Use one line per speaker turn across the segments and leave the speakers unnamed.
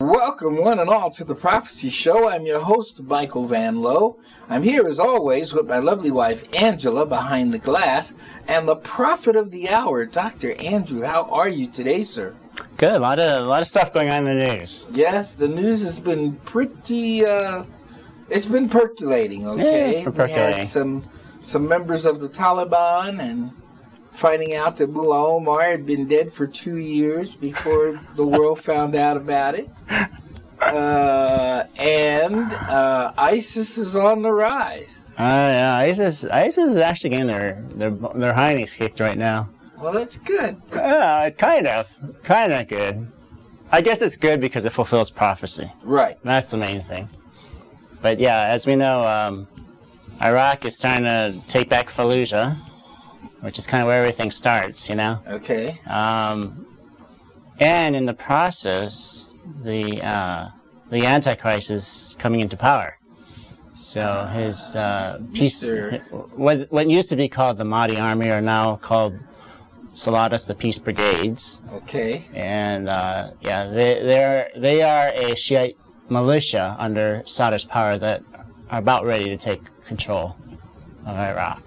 Welcome, one and all, to the Prophecy Show. I'm your host, Michael Van Lowe. I'm here, as always, with my lovely wife, Angela, behind the glass, and the prophet of the hour, Dr. Andrew. How are you today, sir?
Good. A lot of a lot of stuff going on in the news.
Yes, the news has been pretty. Uh, it's been percolating. Okay,
it's been
We
percolating.
had some some members of the Taliban and finding out that Mullah Omar had been dead for two years before the world found out about it. Uh, and uh, ISIS is on the rise.
Uh, yeah, ISIS ISIS is actually getting their their their heinies kicked right now.
Well, that's good.
Uh, kind of, kind of good. I guess it's good because it fulfills prophecy.
Right.
That's the main thing. But yeah, as we know, um, Iraq is trying to take back Fallujah, which is kind of where everything starts, you know.
Okay.
Um, and in the process, the uh, the Antichrist is coming into power. So his uh, peace,
Mr.
what what used to be called the Mahdi Army, are now called Saladas, the Peace Brigades,
Okay.
and uh, yeah, they they're they are a Shiite militia under Saddam's power that are about ready to take control of Iraq.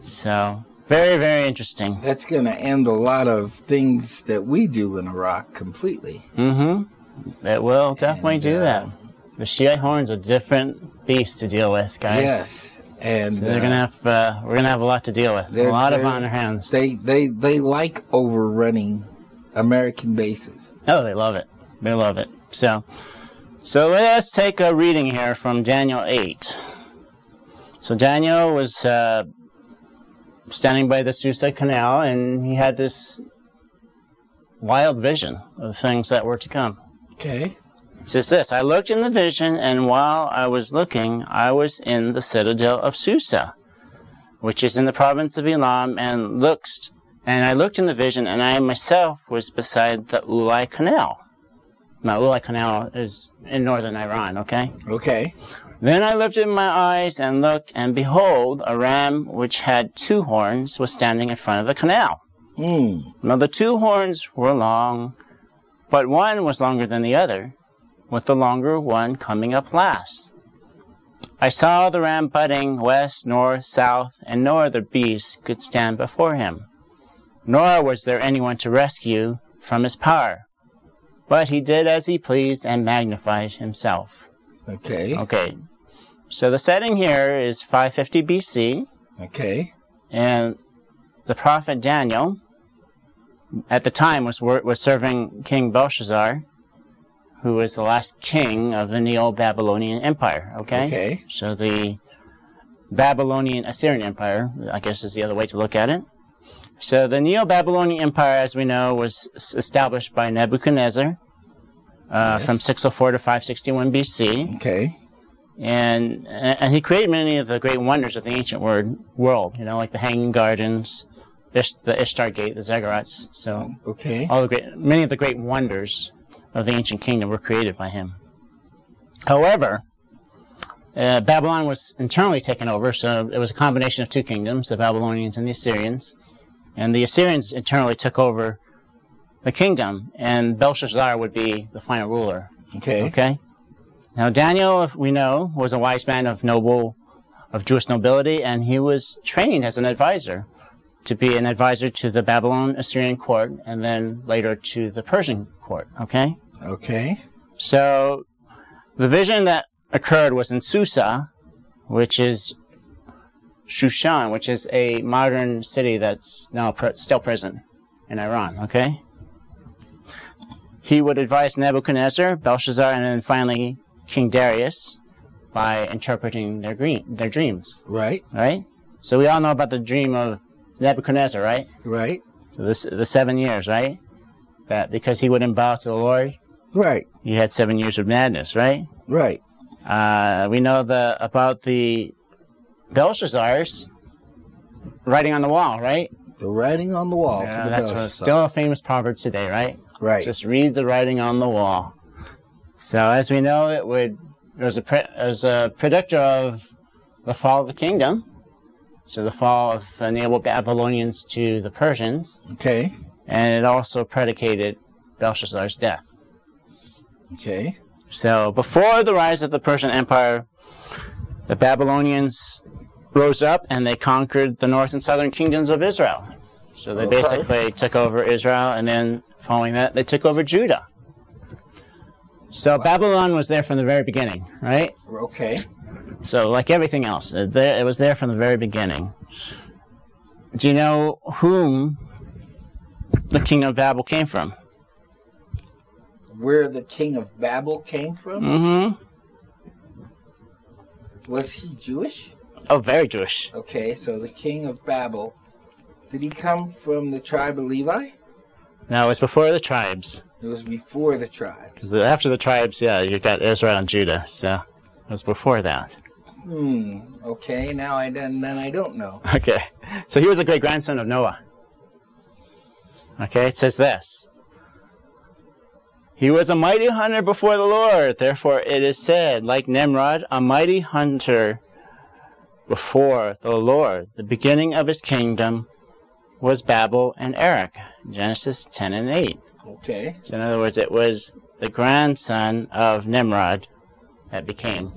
So very very interesting.
That's going to end a lot of things that we do in Iraq completely.
Mm-hmm. It will definitely
And,
do
uh,
that. The Shiite horn's a different beast to deal with, guys.
Yes. And
So they're
uh,
gonna have uh, we're gonna have a lot to deal with. A
They're-
lot of
they're-
on their hands.
They they they like overrunning American bases.
Oh, they love it. They love it. So, so let's take a reading here from Daniel eight. So Daniel was uh, standing by the Susa Canal, and he had this wild vision of things that were to come.
Okay.
It says this I looked in the vision, and while I was looking, I was in the citadel of Susa, which is in the province of Elam, and looked, and I looked in the vision, and I myself was beside the Ulai Canal. Now, Ulai Canal is in northern Iran, okay?
Okay.
Then I lifted my eyes and looked, and behold, a ram which had two horns was standing in front of the canal.
Hmm.
Now the two horns were long, but one was longer than the other, with the longer one coming up last. I saw the ram butting west, north, south, and no other beast could stand before him, nor was there anyone to rescue from his power. But he did as he pleased and magnified himself.
Okay.
Okay, so the setting here is 550 BC
Okay.
and the prophet Daniel, at the time, was wor- was serving King Belshazzar, who was the last king of the Neo-Babylonian Empire. Okay,
Okay.
so the Babylonian Assyrian Empire, I guess, is the other way to look at it. So the Neo-Babylonian Empire, as we know, was s- established by Nebuchadnezzar uh, from 604 to 561 BC
Okay.
and and he created many of the great wonders of the ancient word, world. You know, like the Hanging Gardens, Ish, the Ishtar Gate, the Zaggurats. So
Okay.
all the great, many of the great wonders of the ancient kingdom were created by him. However, uh, Babylon was internally taken over, so it was a combination of two kingdoms: the Babylonians and the Assyrians. And the Assyrians internally took over the kingdom, and Belshazzar would be the final ruler
Okay.
Okay. Now Daniel, if we know, was a wise man of noble, of Jewish nobility, and he was trained as an advisor to be an advisor to the Babylon Assyrian court, and then later to the Persian court. Okay.
Okay.
So the vision that occurred was in Susa, which is Shushan, which is a modern city that's now pre- still present in Iran, okay? He would advise Nebuchadnezzar, Belshazzar, and then finally King Darius by interpreting their, green, their dreams,
Right.
right? So we all know about the dream of Nebuchadnezzar, right?
Right.
So this, the seven years, right? That because he wouldn't bow to the Lord,
Right.
you had seven years of madness, right?
Right.
Uh, we know the about the Belshazzar's writing on the wall, right?
The writing on the wall for
Yeah,
the
that's
Belshazzar.
what- still a famous proverb today, right?
right.
Just read the writing on the wall. So as we know, it would it was a pre, it was a predictor of the fall of the kingdom. So the fall of the Neo-Babylonians to the Persians,
okay.
and it also predicated Belshazzar's death.
Okay.
So before the rise of the Persian Empire, the Babylonians rose up and they conquered the north and southern kingdoms of Israel. So they
Okay.
basically took over Israel, and then following that, they took over Judah. So Babylon was there from the very beginning, right?
Okay.
So, like everything else, it, there, it was there from the very beginning. Do you know whom the king of Babel came from?
Where the king of Babel came from?
hmm
Was he Jewish?
Oh, very Jewish.
Okay, so the king of Babel. Did he come from the tribe of Levi?
No, it's before the tribes.
It was before the tribe.
'Cause After the tribes, yeah, you got Israel and Judah. So it was before that.
Hmm. Okay. Now I then then I don't know.
Okay. So he was a great grandson of Noah. Okay, it says this. He was a mighty hunter before the Lord, therefore it is said, like Nimrod, a mighty hunter before the Lord. The beginning of his kingdom was Babel and Erech, Genesis 10 and 8.
Okay.
So in other words, it was the grandson of Nimrod that became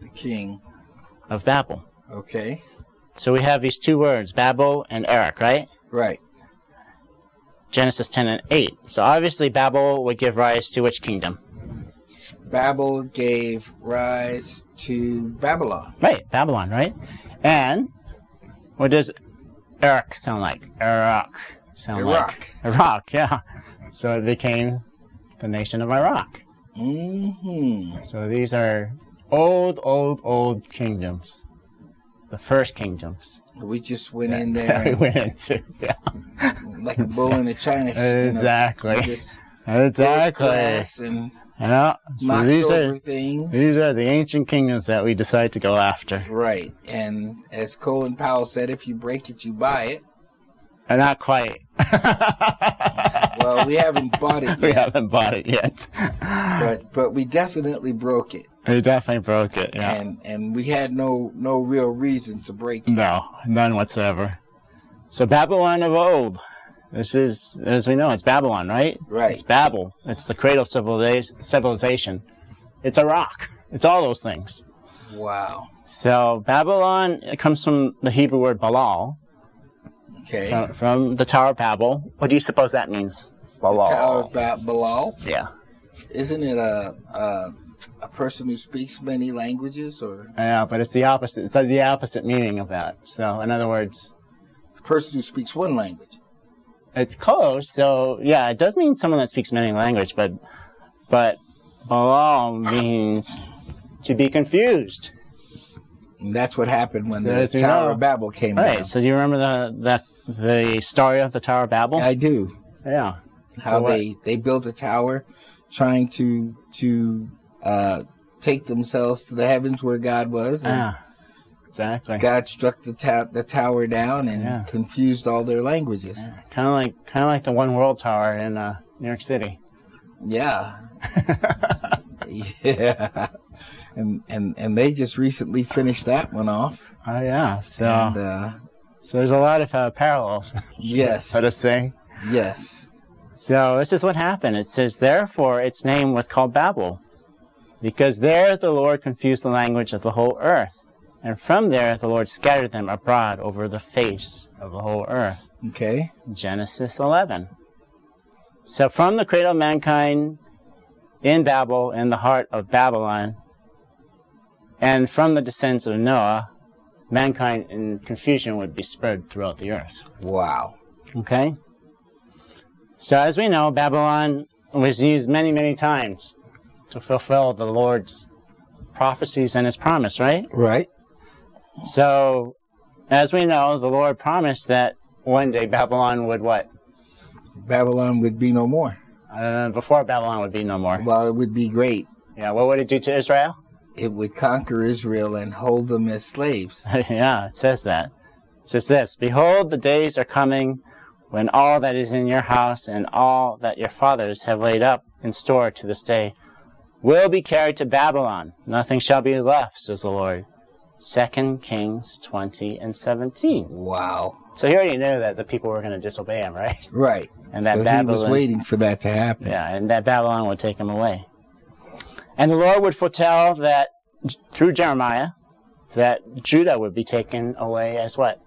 The king.
of Babel.
Okay.
So we have these two words, Babel and Erech, right?
Right.
Genesis 10 and 8. So obviously, Babel would give rise to which kingdom?
Babel gave rise to Babylon.
Right, Babylon, right? And what does Iraq sound like? Iraq sound
Iraq.
like? Iraq, yeah. So it became the nation of Iraq.
Mm-hmm.
So these are old, old, old kingdoms. The first kingdoms
We just went in
that we
there
went into. Yeah,
and, like a bull in a china.
exactly.
Just
Exactly.
class and
Yeah. So
knocked
these
over
are
things.
these are the ancient kingdoms that we decide to go after.
Right. And as Colin Powell said, if you break it, you buy it.
Uh, not quite.
Well, we haven't bought it
we
yet,
haven't bought it yet.
but but we definitely broke it,
we definitely broke it. Yeah.
and and we had no no real reason to break it.
No, none whatsoever. So Babylon of old. This is, as we know, it's Babylon, right? It's
Right.
Babel. It's the cradle of civilization. civilization. It's Iraq. It's all those things.
Wow.
So Babylon it comes from the Hebrew word Balal,
Okay.
uh, from the Tower of Babel. What do you suppose that means? Balal.
Tower of Ba- Bilal.
Yeah.
Isn't it a, a a person who speaks many languages, or
Yeah, but it's the opposite. It's the opposite meaning of that. So, in other words,
it's a person who speaks one language?
it's close. So, yeah, it does mean someone that speaks many language, but but Balal means to be confused.
And that's what happened when
So
the
as we
Tower
know-
of Babel came
Right.
down.
So, do you remember the the the story of the Tower of Babel?
I do.
yeah.
How
what-
they they built a tower, trying to to uh, take themselves to the heavens where God was. and-
Yeah. Exactly.
God struck the, ta- the tower down and
Yeah.
confused all their languages.
Kind of like kind of like the One World Tower in uh, New York City.
Yeah. yeah. And, and and they just recently finished that one off.
Oh yeah. So
And, uh,
so there's a lot of uh, parallels.
yes.
let us say.
Yes.
So this is what happened. It says, Therefore its name was called Babel, because there the Lord confused the language of the whole earth. And from there the Lord scattered them abroad over the face of the whole earth.
Okay.
Genesis 11. So from the cradle of mankind in Babel, in the heart of Babylon, and from the descents of Noah, mankind in confusion would be spread throughout the earth.
Wow.
Okay? So, as we know, Babylon was used many, many times to fulfill the Lord's prophecies and his promise, right?
Right.
So, as we know, the Lord promised that one day Babylon would what?
Babylon would be no more.
Uh, before Babylon would be no more.
Well, it would be great.
Yeah, what would it do to Israel?
It would conquer Israel and hold them as slaves.
yeah, it says that. It says this Behold, the days are coming when all that is in your house and all that your fathers have laid up in store to this day will be carried to Babylon. Nothing shall be left, says the Lord. 2 Kings 20 and 17.
Wow.
So he already knew that the people were going to disobey him, right?
Right.
And that
so he was
Babylon.
waiting for that to happen.
Yeah, and that Babylon would take him away. And the Lord would foretell that through Jeremiah that Judah would be taken away as what?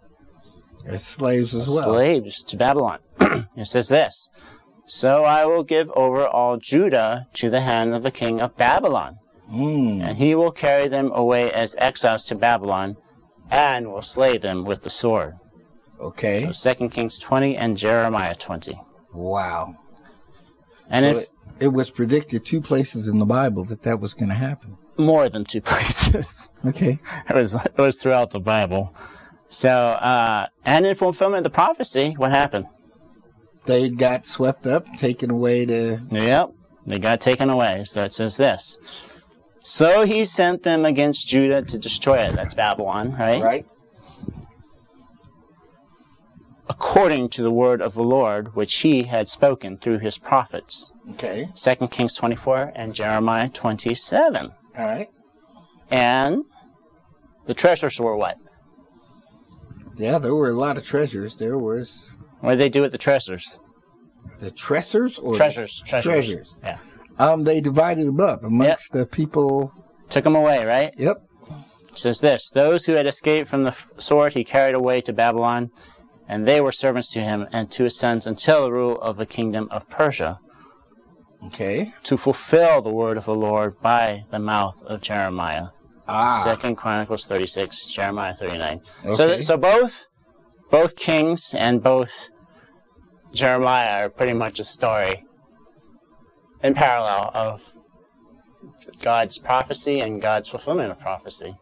as slaves as well.
Slaves to Babylon. it says this So I will give over all Judah to the hand of the king of Babylon,
Mm.
and he will carry them away as exiles to Babylon, and will slay them with the sword.
Okay.
So 2 Kings 20 and Jeremiah 20.
Wow.
And
So
if
it, it was predicted two places in the Bible that that was going to happen.
more than two places.
Okay.
it was it was throughout the Bible. So uh, and in fulfillment of the prophecy, what happened?
They got swept up, taken away to.
Yep, they got taken away. So it says this. So he sent them against Judah to destroy it. That's Babylon, right?
Right?
According to the word of the Lord, which he had spoken through his prophets.
Okay.
2 Kings 24 and Jeremiah 27.
All right.
And the treasures were what?
Yeah, there were a lot of treasures. There was
What did they do with the treasures?
the tressers or
Treasures. Treasures.
Treasures.
Yeah.
Um, they divided them up amongst the people.
Took them away, right?
Yep.
says this Those who had escaped from the f- sword he carried away to Babylon, and they were servants to him and to his sons until the rule of the kingdom of Persia,
Okay.
to fulfill the word of the Lord by the mouth of Jeremiah.
Ah.
Second Chronicles 36, Jeremiah 39. So,
Okay.
th- so both, both kings and both Jeremiah are pretty much a story in parallel of God's prophecy and God's fulfillment of prophecy.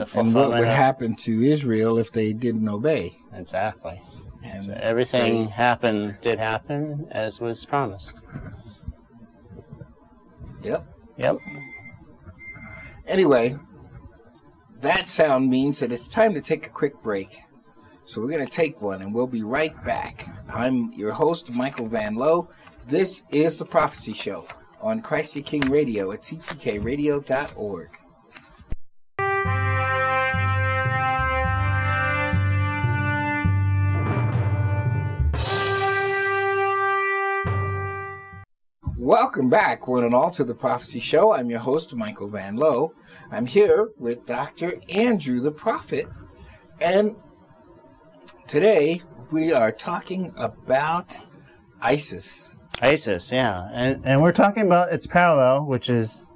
And,
the
and
fulfillment
what would
of-
happen to Israel if they didn't obey?
Exactly.
And
So everything
they-
happened, did happen as was promised.
Yep.
Yep.
Anyway, that sound means that it's time to take a quick break. So we're going to take one and we'll be right back. I'm your host, Michael Van Lowe. This is The Prophecy Show on Christ the King Radio at ctkradio.org. Welcome back, one and all, to the Prophecy Show. I'm your host, Michael Van Lowe. I'm here with Dr. Andrew the Prophet, and today we are talking about ISIS.
ISIS, yeah. And, and we're talking about its parallel, which is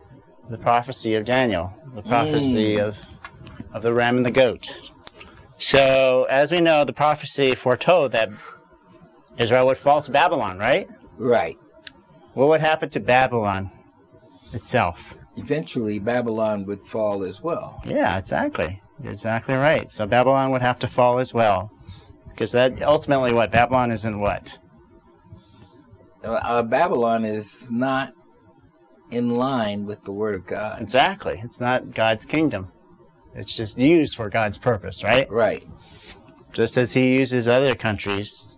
the prophecy of Daniel, the prophecy
Hmm.
of, of the ram and the goat. So, as we know, the prophecy foretold that Israel would fall to Babylon, right?
Right.
What would happen to Babylon itself?
Eventually, Babylon would fall as well.
Yeah, exactly. You're exactly right. So Babylon would have to fall as well. Because that ultimately what Babylon is in what?
Uh, uh, Babylon is not in line with the Word of God.
Exactly. It's not God's kingdom. It's just used for God's purpose, right?
Right.
Just as he uses other countries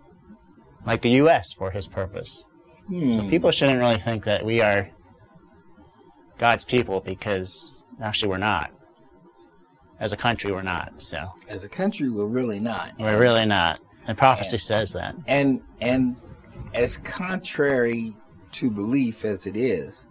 like the US for his purpose.
Hmm.
People shouldn't really think that we are God's people because actually we're not. As a country we're not. So
As a country, we're really not.
we're really not. And prophecy says that.
and and as contrary to belief as it is,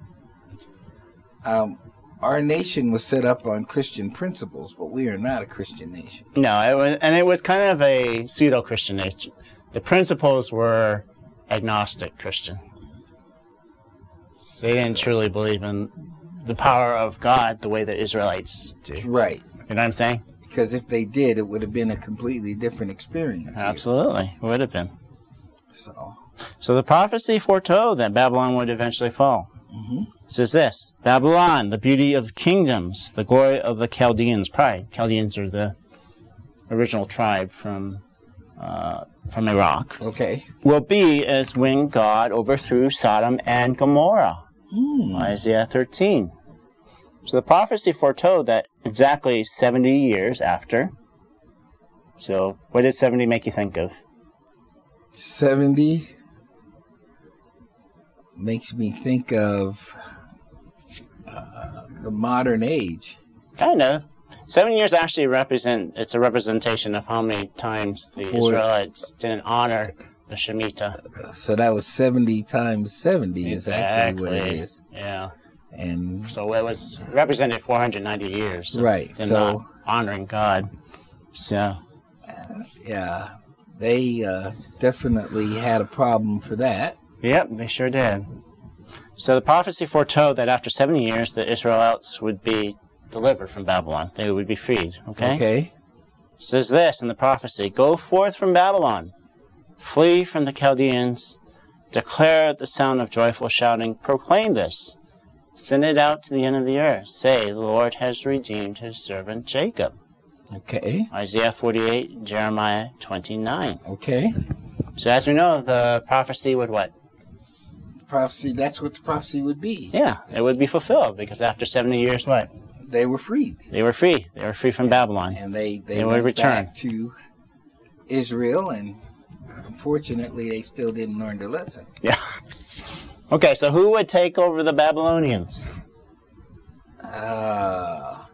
um, our nation was set up on Christian principles, but we are not a Christian nation.
No, it was, and it was kind of a pseudo Christian nature. The principles were agnostic Christian. They didn't truly believe in the power of God the way the Israelites do. You
Right.
know what I'm saying?
Because if they did, it would have been a completely different experience. here.
Absolutely. Would have been.
So,
So the prophecy foretold that Babylon would eventually fall. It says this Babylon, the beauty of kingdoms, the glory of the Chaldeans' pride. Chaldeans are the original tribe from, uh, from Iraq.
okay.
will be as when God overthrew Sodom and Gomorrah.
Hmm.
Isaiah 13. So the prophecy foretold that exactly 70 years after. So, what did 70 make you think of?
70 makes me think of uh, the modern age.
Kind of. Seven years actually represent, it's a representation of how many times the
Forty.
Israelites didn't honor the Shemitah.
So that was 70 times 70 is actually what it is.
Yeah.
and
So it was represented 490 years. of
Right,
them
so-
not honoring God. So
yeah, they uh, definitely had a problem for that.
Yep, they sure did. So the prophecy foretold that after 70 years, the Israelites would be delivered from Babylon. They would be freed. Okay.
Okay.
So there's this in the prophecy: Go forth from Babylon, flee from the Chaldeans, declare the sound of joyful shouting, proclaim this, send it out to the end of the earth. Say, the Lord has redeemed His servant Jacob.
Okay.
Isaiah 48, Jeremiah 29.
Okay.
So as we know, the prophecy would what?
Prophecy. That's what the prophecy would be.
Yeah, it would be fulfilled because after 70 years, what?
They were freed,
They were free. They were free from Babylon.
and they they,
They would
went
return.
back to Israel, and unfortunately, they still didn't learn their lesson.
Yeah. Okay, so who would take over the Babylonians?
Uh,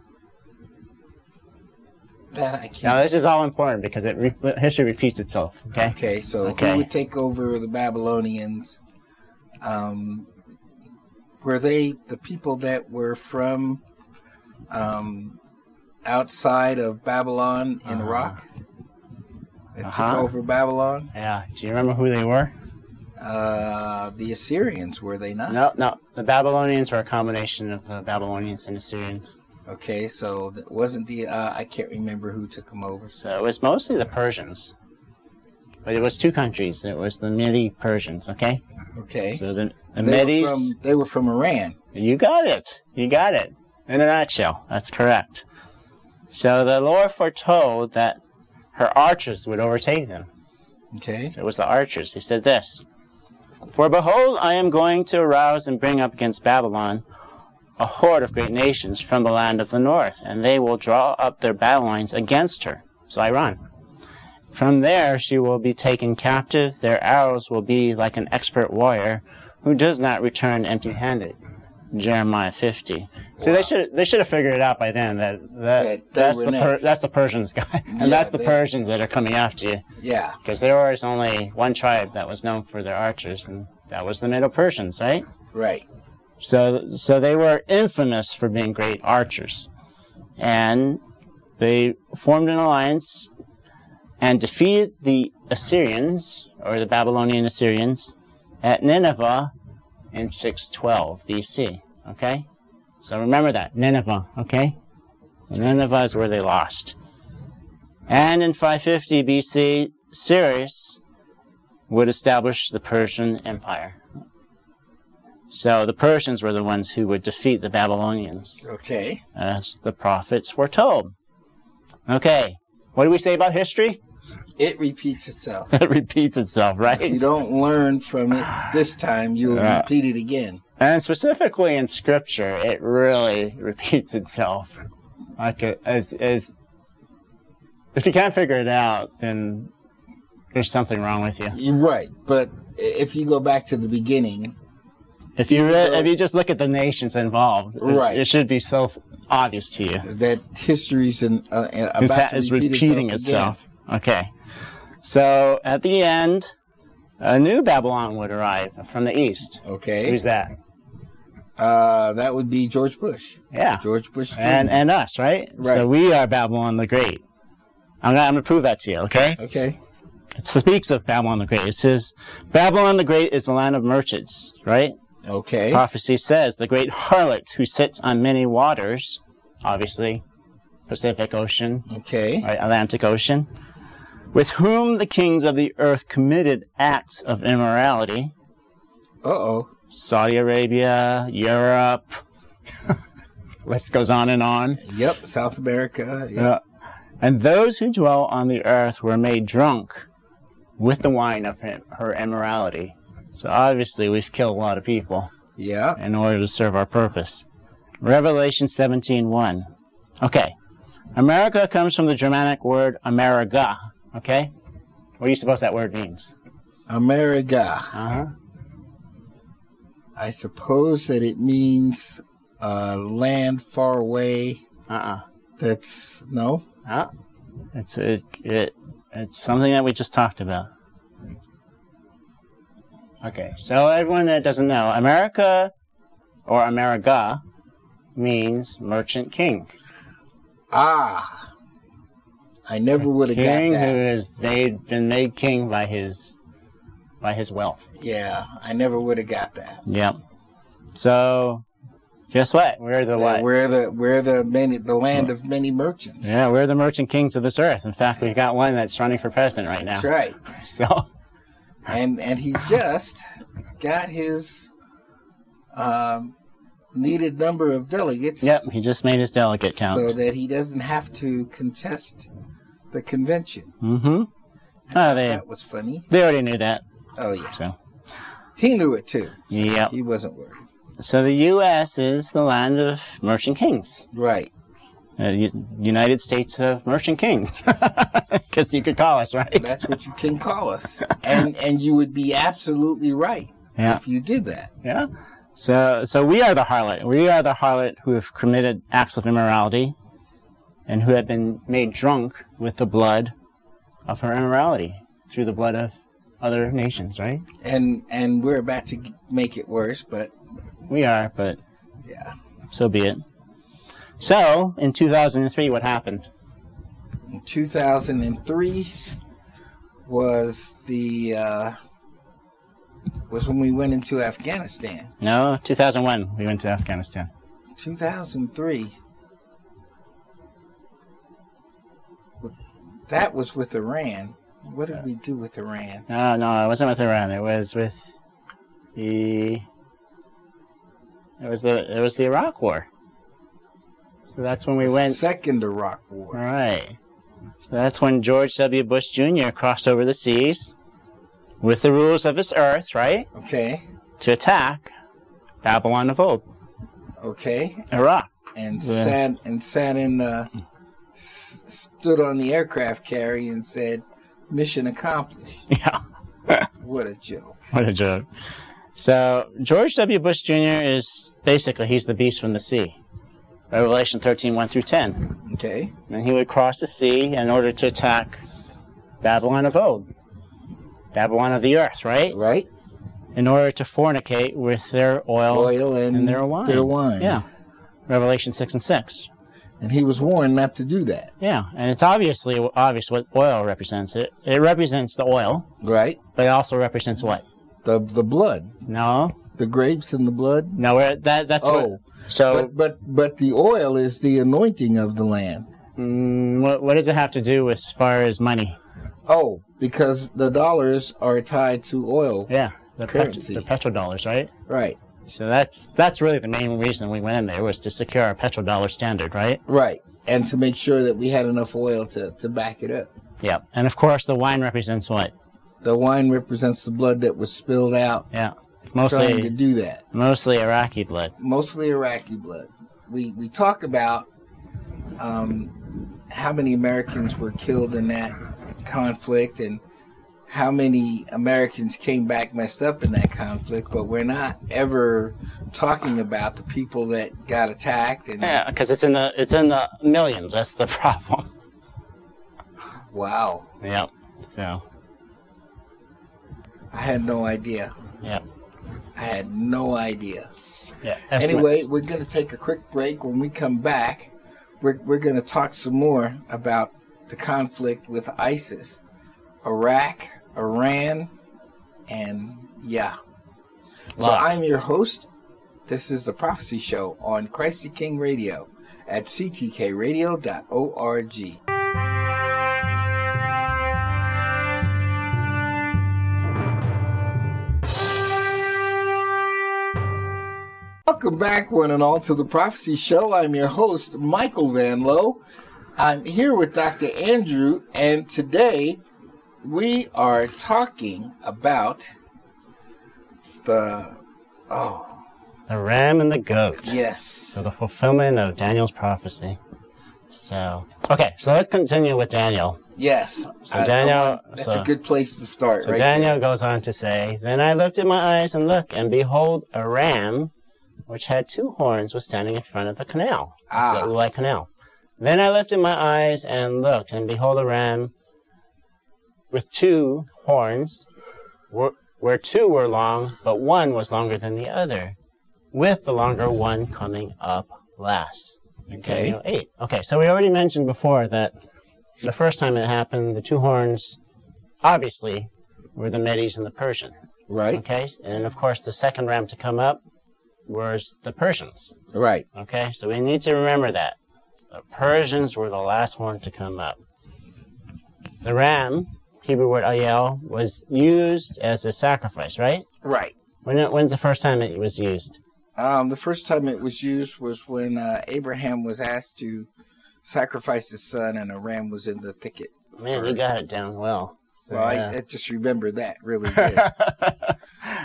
that I can't.
Now, this is all important because it re- history repeats itself. Okay.
Okay, so
Okay.
who would take over the Babylonians? Um, were they the people that were from um, outside of Babylon in
Uh-huh.
Iraq? That
Uh-huh.
took over Babylon?
Yeah. Do you remember who they were?
Uh, the Assyrians, were they not?
No, no. The Babylonians were a combination of the Babylonians and Assyrians.
Okay, so it wasn't the, uh, I can't remember who took them over.
So it was mostly the Persians. But it was two countries. It was the Medi Persians. Okay.
Okay.
So the the
they, were
Medes.
from, they were from Iran.
You got it. You got it. In a nutshell, that's correct. So the Lord foretold that her archers would overtake them.
Okay,
It was the archers. He said this For behold, I am going to arouse and bring up against Babylon a horde of great nations from the land of the north, and they will draw up their battle lines against her. So Iran. From there she will be taken captive. Their arrows will be like an expert warrior who does not return empty handed. Jeremiah 50. So they should they should have figured it out by then that, that
That they
that's
were
the per,
next.
that's the Persians guy and
Yeah,
that's the
they-
Persians that are coming after you
yeah.
because there was only one tribe that was known for their archers, and that was the Middle Persians, right?
Right.
So, so they were infamous for being great archers, and they formed an alliance and defeated the Assyrians or the Babylonian Assyrians at Nineveh in 612 BC. Okay, so remember that Nineveh. Okay, so Nineveh is where they lost. And in 550 BC, Cyrus would establish the Persian Empire. So the Persians were the ones who would defeat the Babylonians,
Okay.
as the prophets foretold. Okay, what do we say about history?
It repeats itself.
It repeats itself, right?
you don't learn from it this time, you'll
Yeah.
repeat it again.
And specifically in Scripture, it really repeats itself. Like it- as as if you can't figure it out, then there's something wrong with you.
You're right, but i- if you go back to the beginning,
If you re- if you just look at the nations involved, it-
Right.
it, should be so f- obvious to you.
that history's in, uh, uh,
It's
about
ha-
to
it's
repeat
repeating
again.
itself. Okay. So at the end, a new Babylon would arrive from the east.
Okay,
Who's that?
uh, that would be George Bush.
Yeah.
George Bush. Jr.
Ah. And and us, right?
Right.
So we are Babylon the Great. I'm gonna, I'm gonna prove that to you, okay?
okay,
It speaks of Babylon the Great. It says, Babylon the Great is the land of merchants, right?
okay,
Prophecy says, the great harlot who sits on many waters, obviously, Pacific Ocean,
okay,
right, Atlantic Ocean, with whom the kings of the earth committed acts of immorality.
uh oh,
Saudi Arabia, Europe, list goes on and on.
yep, South America, yep.
Uh, and those who dwell on the earth were made drunk with the wine of her, her immorality. So obviously, we've killed a lot of people
yeah,
in order to serve our purpose. Revelation 17:1. Okay. America comes from the Germanic word Ameriga, okay? What do you suppose that word means?
America.
Uh-huh.
I suppose that it means uh, land far away.
Uh-uh.
That's no,
Uh, it's it, it, it's something that we just talked about. Okay, so everyone that doesn't know, America or Ameriga, means merchant king.
Ah, I never would have gotten
King who
that.
is made been made king by his by his wealth.
Yeah, I never would have got that.
Yep. So guess what? We're the
That
what?
We're the we're the many the land of many merchants.
yeah, we're the merchant kings of this earth. In fact, we've got one that's running for president right now.
That's right.
So
And and he just got his um, needed number of delegates.
yep, he just made his delegate
So
count.
that he doesn't have to contest the convention.
mm-hmm. Oh, they
That was funny.
they already knew that.
Oh yeah,
So
he knew it too.
yep.
He wasn't worried.
So the U.S. is the land of merchant kings.
Right.
Uh, U- United States of Merchant Kings, because you could call us, right?
That's what you can call us. And and you would be absolutely right
Yeah.
if you did that.
Yeah. So, so we are the harlot. We are the harlot who have committed acts of immorality, and who have been made drunk with the blood of her immorality through the blood of other nations. Right?
And and we're about to g- make it worse, but
We are, but
yeah.
so be it. So, in 2003, what happened?
In 2003 was the uh, was when we went into Afghanistan.
No, 2001. We went to Afghanistan.
2003. Wa- That was with Iran. What did we do with Iran?
No, no, it wasn't with Iran. It was with the. It was the it was the Iraq War. So that's when we went.
Second Iraq War.
All right. So that's when George W. Bush Jr. crossed over the seas with the rulers of his earth, right,
Okay.
to attack Babylon of old,
Okay.
Iraq.
and
Yeah.
sat and sat in uh, s- stood on the aircraft carrier and said, "Mission accomplished."
Yeah,
What a joke!
what a joke. So George W. Bush Jr. is basically he's the beast from the sea. Revelation 13, 1 through 10.
Okay,
And he would cross the sea in order to attack Babylon of old, Babylon of the earth, right?
right?
In order to fornicate with their
Oil and,
Oh, and their wine.
Their wine.
Yeah. Revelation 6 and 6.
and he was warned not to do that,
Yeah. And it's obviously obvious what oil represents. It, it represents the oil,
right?
but it also represents what?
The the blood,
No.
the grapes and the blood.
No, we're- that, that's
Oh.
what. So,
But but but the oil is the anointing of the land.
mm, what, what does it have to do as far as money?
Oh, because the dollars are tied to oil,
Yeah. The, pet,
Currency.
the petrodollars, right?
right?
So that's that's really the main reason we went in there was to secure our petrodollar standard, right?
Right, and to make sure that we had enough oil to to back it up.
Yeah. And of course, the wine represents what?
The wine represents the blood that was spilled out
Yeah.
trying to
Mostly,
do that.
mostly Iraqi blood.
Mostly Iraqi blood. We we talk about um, how many Americans were killed in that conflict and how many Americans came back messed up in that conflict, but we're not ever talking about the people that got attacked and
Yeah, because it's in the it's in the millions. That's the problem.
wow,
Yep. So
I had no idea.
yep.
I had no idea.
Yeah.
Anyway, we're going to take a quick break. When we come back, we're, we're going to talk some more about the conflict with ISIS, Iraq, Iran, and yeah. So
Lots.
I'm your host. This is the Prophecy Show on Christ the King Radio at ctkradio.org. Welcome back, one and all, to the Prophecy Show. I'm your host, Michael Van Lowe. I'm here with Dr. Andrew, and today we are talking about the. Oh,
the ram and the goat.
yes.
So the fulfillment of Daniel's prophecy. So okay, so let's continue with Daniel.
Yes.
So
I- I
Daniel-
want- that's
so-
a good place to start,
So
right?
Daniel goes on to say, Then I lifted my eyes and looked, and behold, a ram, which had two horns, was standing in front of the canal,
Ah.
the Ulai Canal. Then I lifted my eyes and looked, and behold, a ram with two horns, where, where two were long, but one was longer than the other. with the longer one coming up last. in
Okay.
Daniel 8. Okay, so we already mentioned before that the first time it happened, the two horns obviously were the Medes and the Persian.
Right.
Okay, and of course, the second ram to come up was the Persians.
Right.
Okay, so we need to remember that. The Persians were the last one to come up. The ram, Hebrew word ayel, was used as a sacrifice, right?
Right.
When when's the first time it was used?
Um, the first time it was used was when uh, Abraham was asked to sacrifice his son, and a ram was in the thicket.
Man, you got it down well. So,
well,
yeah.
I, I just remember that really good.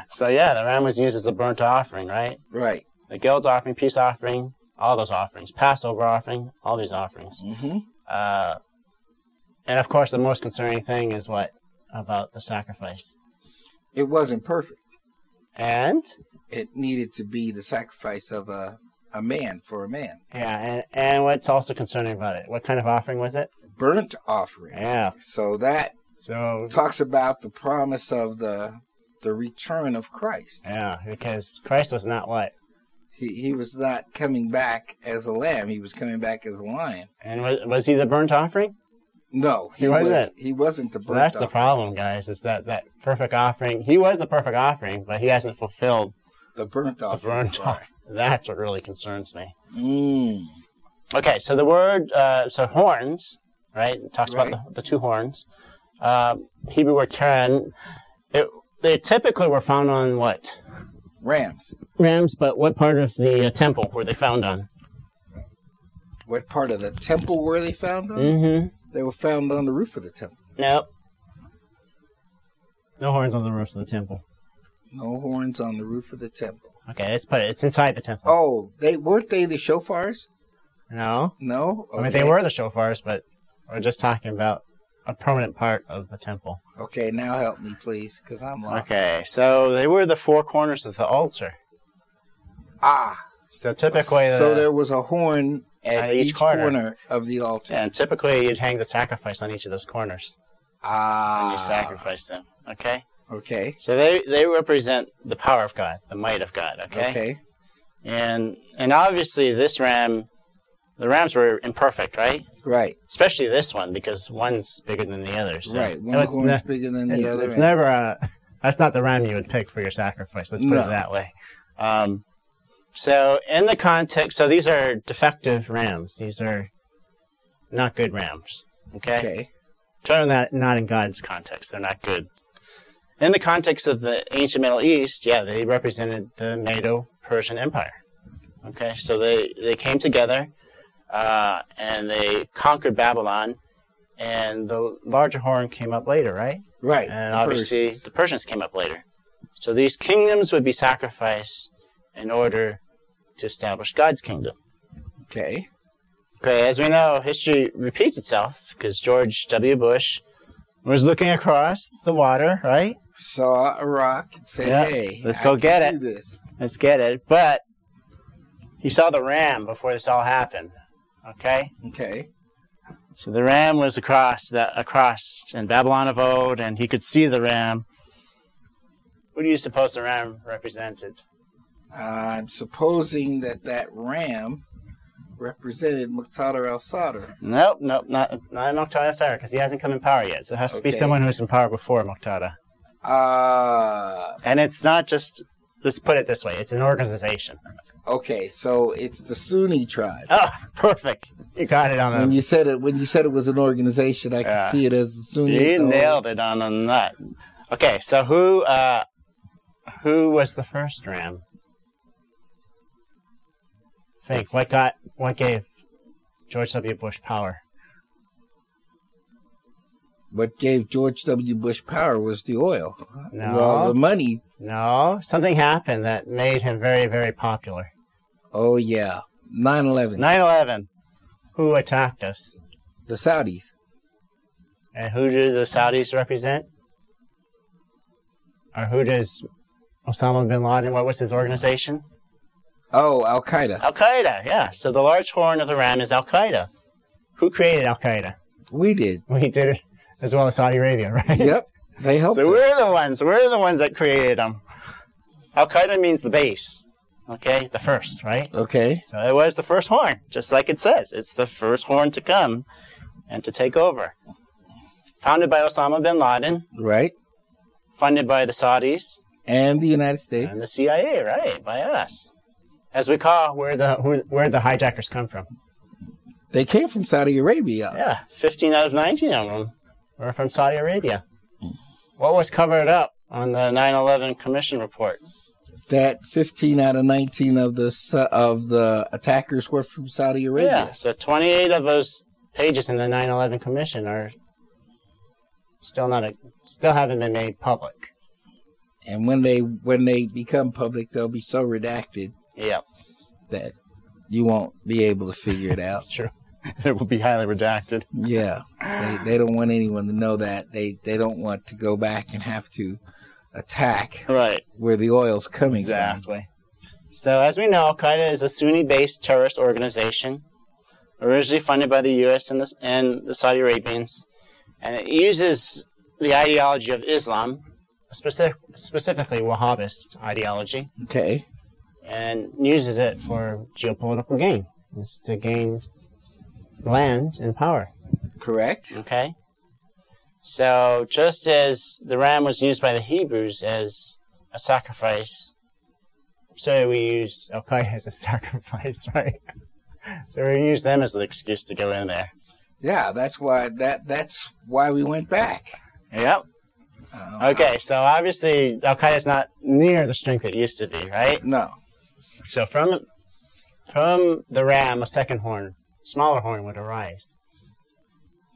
so yeah, the ram was used as a burnt offering, right?
right.
The guilt offering, peace offering, all those offerings, Passover offering, all these offerings.
hmm
Uh, and of course, the most concerning thing is what about the sacrifice?
It wasn't perfect.
And
It needed to be the sacrifice of a, a man for a man.
Yeah, and, and what's also concerning about it? What kind of offering was it?
Burnt offering.
Yeah.
So that
So
talks about the promise of the the return of Christ.
yeah, because Christ was not what,
He he was not coming back as a lamb. He was coming back as a lion.
and was, was he the burnt offering?
No, he,
He
was
wasn't.
he wasn't the
So
burnt
that's the
offering.
problem, guys. Is that that perfect offering? He was the perfect offering, but he hasn't fulfilled
The burnt
the
offering.
burnt offering. That's what really concerns me.
Mm,
Okay, so the word uh, so horns, right? It talks
Right.
about the, the two horns. Uh, Hebrew word karen. It, they typically were found on what
rams.
rams, but what part of the uh, temple were they found on?
What part of the temple were they found on?
Mm-hmm.
They were found on the roof of the temple.
Nope. No horns on the roof of the temple.
No horns on the roof of the temple.
Okay, let's put it. It's inside the temple.
Oh, they weren't they the shofars?
No,
No.
I mean they were the shofars, but we're just talking about a permanent part of the temple.
Okay, now help me, please, because I'm lost.
Okay, so they were the four corners of the altar.
Ah,
So typically, the,
so there was a horn at,
uh, At
each,
each corner.
of the altar.
and typically you'd hang the sacrifice on each of those corners and
Ah,
you sacrifice them. Okay,
okay,
so they they represent the power of God, the might of God.
okay,
and and obviously this ram, the rams were imperfect, right?
right,
especially this one because one's bigger than the other. So
right. One
No, it's
horn's
ne-
bigger than the
it-
other.
It's
and-
never a. That's not the ram you would pick for your sacrifice. Let's put
No.
it that way. Um, so in the context, so these are defective rams. These are not good rams. Okay.
okay,
Turn that not in God's context. They're not good. In the context of the ancient Middle East, yeah, they represented the NATO Persian Empire. Okay, so they, they came together uh, and they conquered Babylon, and the larger horn came up later, right?
right.
And
the
obviously
Persians.
the Persians came up later. So these kingdoms would be sacrificed in order to establish God's kingdom.
okay,
Okay, as we know, history repeats itself because George W. Bush was looking across the water, right?
saw a rock and said,
Yeah,
"Hey,
let's
I
go
can
get it."
do This.
Let's get it. But he saw the ram before this all happened. Okay?
Okay,
So the ram was across the across in Babylon of old, and he could see the ram. What do you suppose the ram represented?
I'm supposing that that ram represented Muqtada al-Sadr.
Nope, nope, not not Muqtada Sire, because he hasn't come in power yet. So it has to be
Okay.
someone who's in power before Muqtada.
Ah,
And it's not just let's put it this way, it's an organization.
okay. So it's the Sunni tribe.
Oh, perfect. You got it on
When
the
you said it, when you said it was an organization, I could
Uh, Yeah.
see it as the Sunni.
You
authority.
nailed it on the nut. Okay, so who uh who was the first ram? Think what got what gave George W. Bush power?
What gave George W. Bush power was the oil.
No,
Well, the money.
no, something happened that made him very, very popular.
Oh yeah, 9/11,
9/11. Who attacked us?
the Saudis,
And who do the Saudis represent? Or who does Osama bin Laden? What was his organization?
oh Al Qaeda.
Al Qaeda, yeah. So the large horn of the ram is Al Qaeda. Who created Al Qaeda?
We did.
We did it as well as Saudi Arabia, right?
Yep, they helped.
So
us.
we're the ones. We're the ones that created them. Al Qaeda means the base. Okay, the first, right?
Okay.
So it was the first horn, just like it says. It's the first horn to come and to take over. Founded by Osama bin Laden,
Right.
funded by the Saudis
And the United States.
and the CIA, right? By us, as we call where the who, where the hijackers come from.
They came from Saudi Arabia.
Yeah, 15 out of 19 of them were from Saudi Arabia. What was covered up on the 9 11 Commission report?
That 15 out of 19 of the Sa- of the attackers were from Saudi
Yeah,
Arabia.
so 28 of those pages in the 9 11 Commission are still not, a, still haven't been made public.
And when they when they become public, they'll be so redacted
Yeah,
that you won't be able to figure it out.
that's true. it will be highly redacted.
Yeah, they, they don't want anyone to know that. They they don't want to go back and have to attack
Right.
where the oil's coming from.
Exactly. So, as we know, Al Qaeda is a Sunni based terrorist organization originally funded by the US and the, and the Saudi Arabians, and it uses the ideology of Islam, specific, specifically Wahhabist ideology,
Okay,
and uses it for geopolitical gain. It's to gain land and power.
correct.
Okay. So just as the ram was used by the Hebrews as a sacrifice, so we use Al Qaeda as a sacrifice, right? so we use them as the excuse to go in there.
Yeah, that's why that that's why we went back.
Yep.
Uh,
Okay. So obviously Al Qaeda's not near the strength it used to be, right?
No,
So from from the ram, a second horn, smaller horn would arise.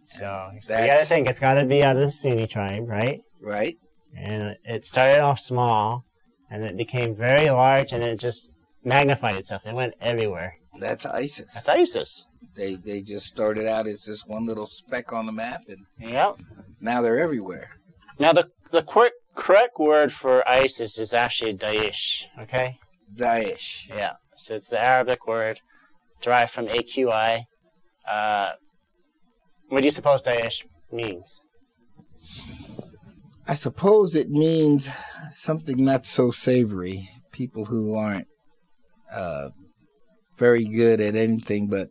So, so you got to
That's-
think it's got to be out of the Sunni tribe, right?
right?
and it started off small and it became very large and it just magnified itself it went everywhere
That's ISIS.
that's isis
They they just started out as this one little speck on the map, and
yep
now they're everywhere.
now the the correct correct word for isis is actually daesh okay
Daesh.
yeah so it's the arabic word derived from aqi uh, what do you suppose daesh means
I suppose it means something not so savory. People who aren't uh, very good at anything but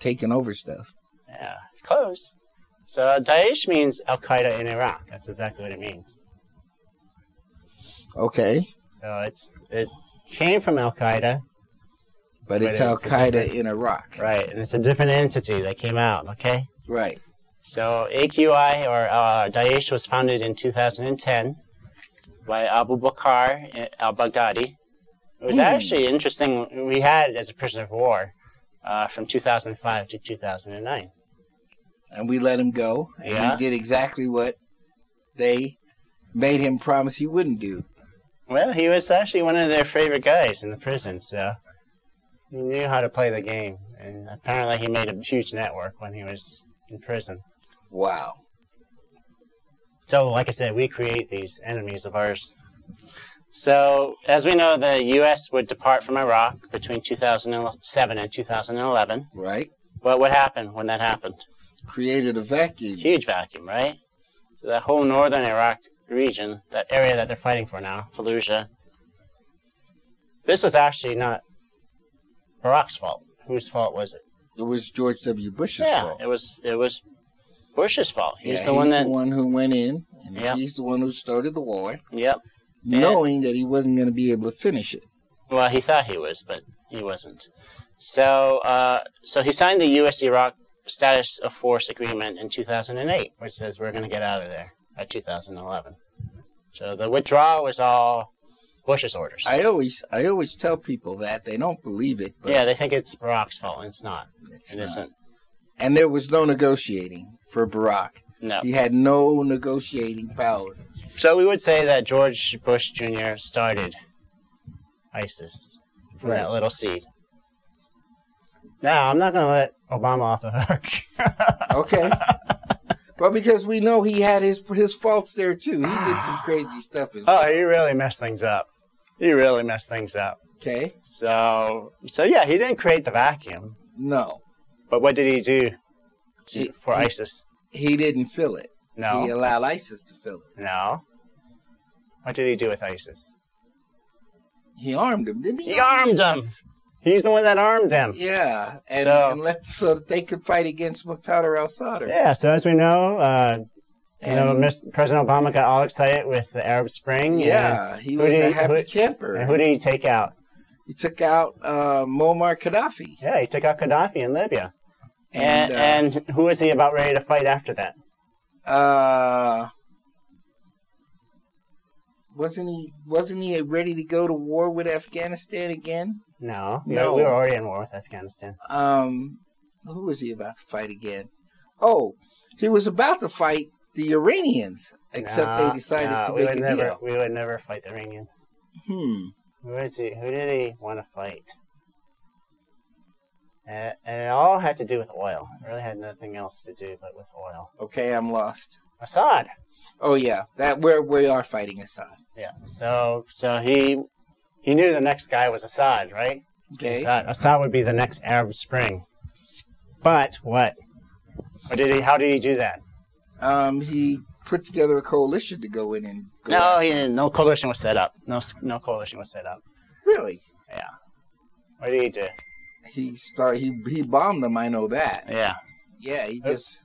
taking over stuff.
yeah it's close so daesh means al-qaeda in iraq that's exactly what it means
Okay,
so it's it came from al-qaeda
but it's
But it's a
Al Qaeda
different-
in Iraq,
Right, and it's a different entity that came out, okay?
right?
So AQI, or uh, Daesh, was founded in 2010 by Abu Bakr al Baghdadi. It was
Hmm.
actually interesting, we had it as a prisoner of war uh, from 2005 to 2009.
And we let him go, and he
Yeah.
did exactly what they made him promise he wouldn't do.
Well, he was actually one of their favorite guys in the prison, so he knew how to play the game. And apparently, he made a huge network when he was in prison.
Wow.
So, like I said, we create these enemies of ours. So, as we know, the U.S. would depart from Iraq between 2007 and 2011.
Right?
But what happened when that happened?
Created a vacuum.
Huge vacuum, right? So that whole northern Iraq region, that area that they're fighting for now, Fallujah. This was actually not Iraq's fault. Whose fault was it?
It was George W. Bush's
yeah,
fault.
it was. It was Bush's fault. He's
Yeah,
the one
he's
that.
the one who went in, and
Yeah.
he's the one who started the war,
Yep. Yeah.
knowing that he wasn't going to be able to finish it.
Well, he thought he was, but he wasn't. So, uh, so he signed the U.S.-Iraq Status of Force Agreement in 2008, which says we're going to get out of there by 2011. So the withdrawal was all Bush's orders.
I always, I always tell people that they don't believe it, but
yeah, they think it's Barack's fault, and it's not.
it's
It
not.
not
And there was no negotiating for Barack.
No.
He had no negotiating power.
So we would say that George Bush Jr. started ISIS from
Right.
that little seed. Now, I'm not going to let Obama off the hook.
Okay. well, because we know he had his his faults there too. He did some crazy stuff. As well.
Oh, he really messed things up. He really messed things up.
Okay.
So, so yeah, he didn't create the vacuum,
No,
but what did he do to,
He-
for
he-
ISIS?
he didn't fill it. He uh,
No,
allowed ISIS to fill it.
no. What did he do with ISIS?
He armed him, didn't he?
He armed him. He's the one that armed him.
Yeah, and,
So-
and let so that they could fight against Muqtada al-Sadr.
Yeah. So as we know, uh, you know,
And-
Mis- President Obama got all excited with the Arab Spring.
yeah, he
who
was
did
a
he-
happy
who-
camper.
And, and who did he take out?
he took out uh, Muammar Gaddafi,
Yeah, he took out Gaddafi in Libya.
and,
And and, who was he about ready to fight after that?
uh, uh, wasn't he wasn't he ready to go to war with Afghanistan again?
No,
No.
we were already in war with Afghanistan.
Um, who was he about to fight again? Oh, he was about to fight the Iranians, except
No,
they decided
no,
to
we
make
would
a
never,
deal.
We would never fight the Iranians.
Hmm.
Who is he? Who did he want to fight? Uh, and it all had to do with oil. It really had nothing else to do but with oil.
Okay, I'm lost.
Assad.
Oh yeah, that where we are fighting Assad.
Yeah. So so he he knew the next guy was Assad, right?
Okay.
Assad, Assad would be the next Arab Spring. But what? Or did he? How did he do that?
Um, he put together a coalition to go in and go
No,
out.
he didn't. No coalition was set up. No s- no coalition was set up.
really.
What did he do?
He start he he bombed them. I know that.
Yeah.
Yeah, he
Yep.
just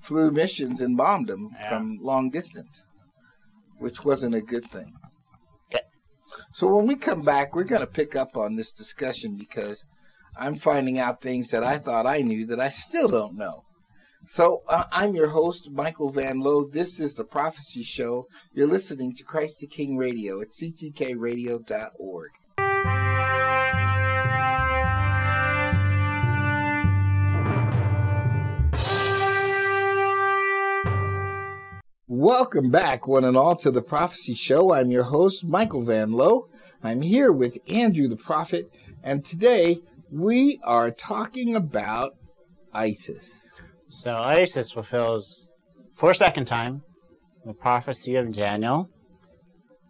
flew missions and bombed them
Yeah.
from long distance, which wasn't a good thing.
Yep.
So when we come back, we're going to pick up on this discussion because I'm finding out things that I thought I knew that I still don't know. So uh, I'm your host, Michael Van Lowe. This is the Prophecy Show. You're listening to Christ the King Radio at ctkradio.org. Welcome back, one and all, to the Prophecy Show. I'm your host, Michael Van Lowe. I'm here with Andrew the Prophet, and today we are talking about ISIS.
So Isis fulfills, for a second time, the prophecy of Daniel,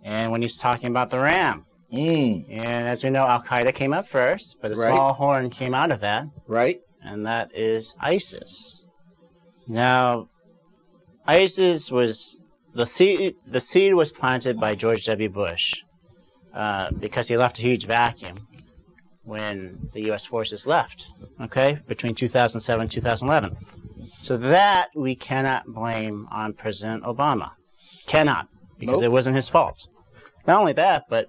and when he's talking about the ram.
Mm,
And as we know, Al Qaeda came up first, but a
Right.
small horn came out of that,
right?
and that is ISIS. Now, ISIS was the seed. The seed was planted by George W. Bush uh, because he left a huge vacuum when the U.S. forces left. Okay, between 2007 and 2011. So that we cannot blame on President Obama. Cannot because
Nope.
it wasn't his fault. Not only that, but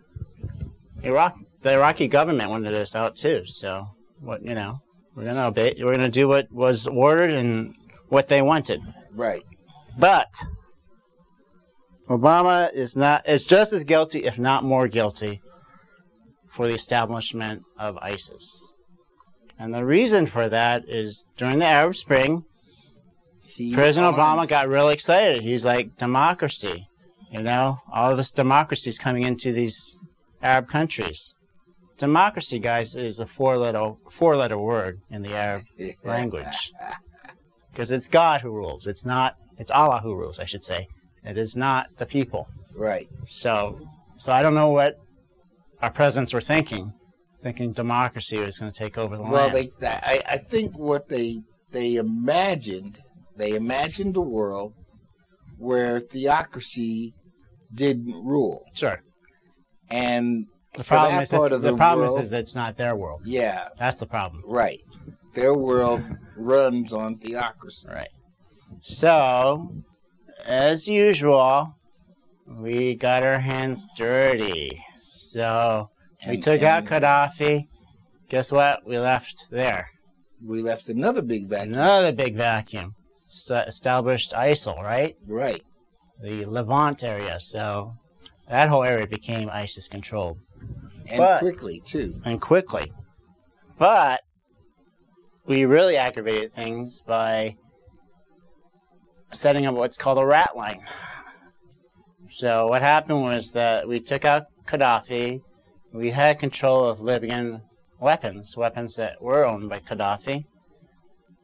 Iraq, the Iraqi government wanted us out too. So what you know, we're gonna obey. We're gonna do what was ordered and what they wanted.
Right.
But Obama is not is just as guilty, if not more guilty, for the establishment of ISIS. And the reason for that is during the Arab Spring,
He
President
armed-
Obama got really excited. He's like, democracy, you know, all this democracy is coming into these Arab countries. Democracy, guys, is a four letter four letter word in the Arab language. Because it's God who rules. It's not, it's Allah who rules, I should say. It is not the people.
Right.
So, so I don't know what our presidents were thinking, thinking democracy was going to take over the
Well,
land.
they, I, I think what they they imagined, they imagined a world where theocracy didn't rule,
sure.
and
The problem,
that
is, it's-
part of
the
the
problem is,
world-
is it's not their world.
yeah,
That's the problem.
right, their world runs on theocracy.
Right. So, as usual, we got our hands dirty. So, we
And-
took out
and
Gaddafi. Guess what? We left there.
We left another big vacuum.
Another big vacuum. St- established ISIL, right?
Right.
The Levant area. So, that whole area became ISIS controlled.
And
But-
quickly, too.
and quickly. But we really aggravated things by setting up what's called a rat line. So what happened was that we took out Gaddafi. We had control of Libyan weapons, weapons that were owned by Gaddafi.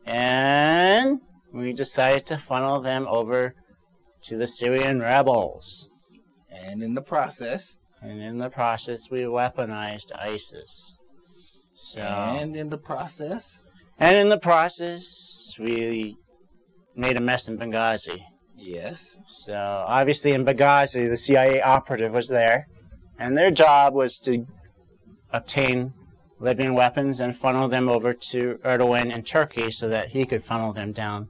And we decided to funnel them over to the Syrian rebels.
And in the process,
And in the process, we weaponized ISIS. So, and,
and in the process,
in the process, we made a mess in Benghazi.
yes,
So, obviously, in Benghazi, the CIA operative was there. and their job was to obtain Libyan weapons and funnel them over to Erdogan in Turkey so that he could funnel them down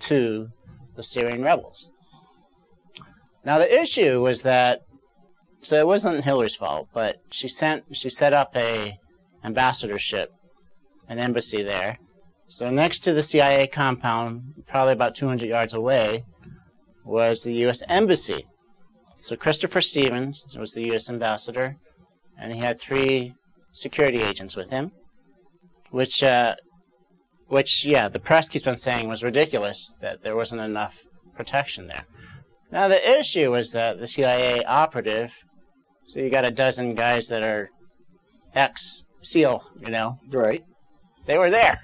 to the Syrian rebels. Now the issue was that so it wasn't Hillary's fault, but she sent she set up a ambassadorship, an embassy there. So next to the CIA compound, probably about 200 yards away, was the U.S. embassy. So Christopher Stevens was the U.S. ambassador, and he had three security agents with him, which, uh, which yeah, the press keeps on saying was ridiculous that there wasn't enough protection there. Now the issue was that the CIA operative, so you got a dozen guys that are ex SEAL, you know,
Right.
they were there.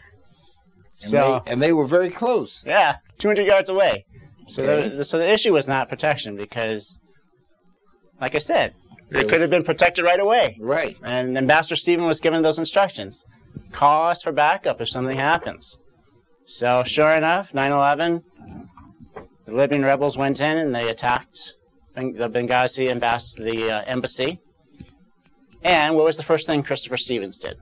And,
So-
they, and they were very close.
Yeah, 200 yards away. So,
Okay.
the, so the issue was not protection because, like I said, they
It
could
was-
have been protected right away.
Right.
And Ambassador Stephen was given those instructions call us for backup if something happens. So, sure enough, 9 11, the Libyan rebels went in and they attacked Ben- the Benghazi ambas- the uh, embassy. And what was the first thing Christopher Stevens did?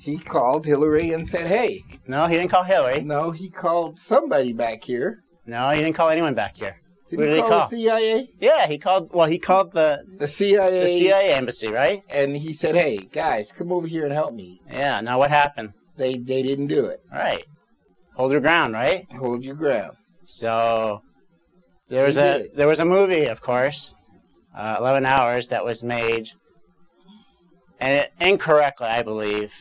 He called Hillary and said, hey,
No, he didn't call Hillary.
no, he called somebody back here.
No, he didn't call anyone back here.
Did
Who
he
did he
call,
call?
the CIA?
Yeah, he called. Well, he called the
The CIA.
the CIA embassy, right?
And he said, hey, guys, come over here and help me.
Yeah. Now what happened?
They, they didn't do it.
All right. Hold your ground, right?
Hold your ground.
So there was
He
a
did it.
there was a movie, of course, uh, Eleven Hours, that was made, and it incorrectly, I believe,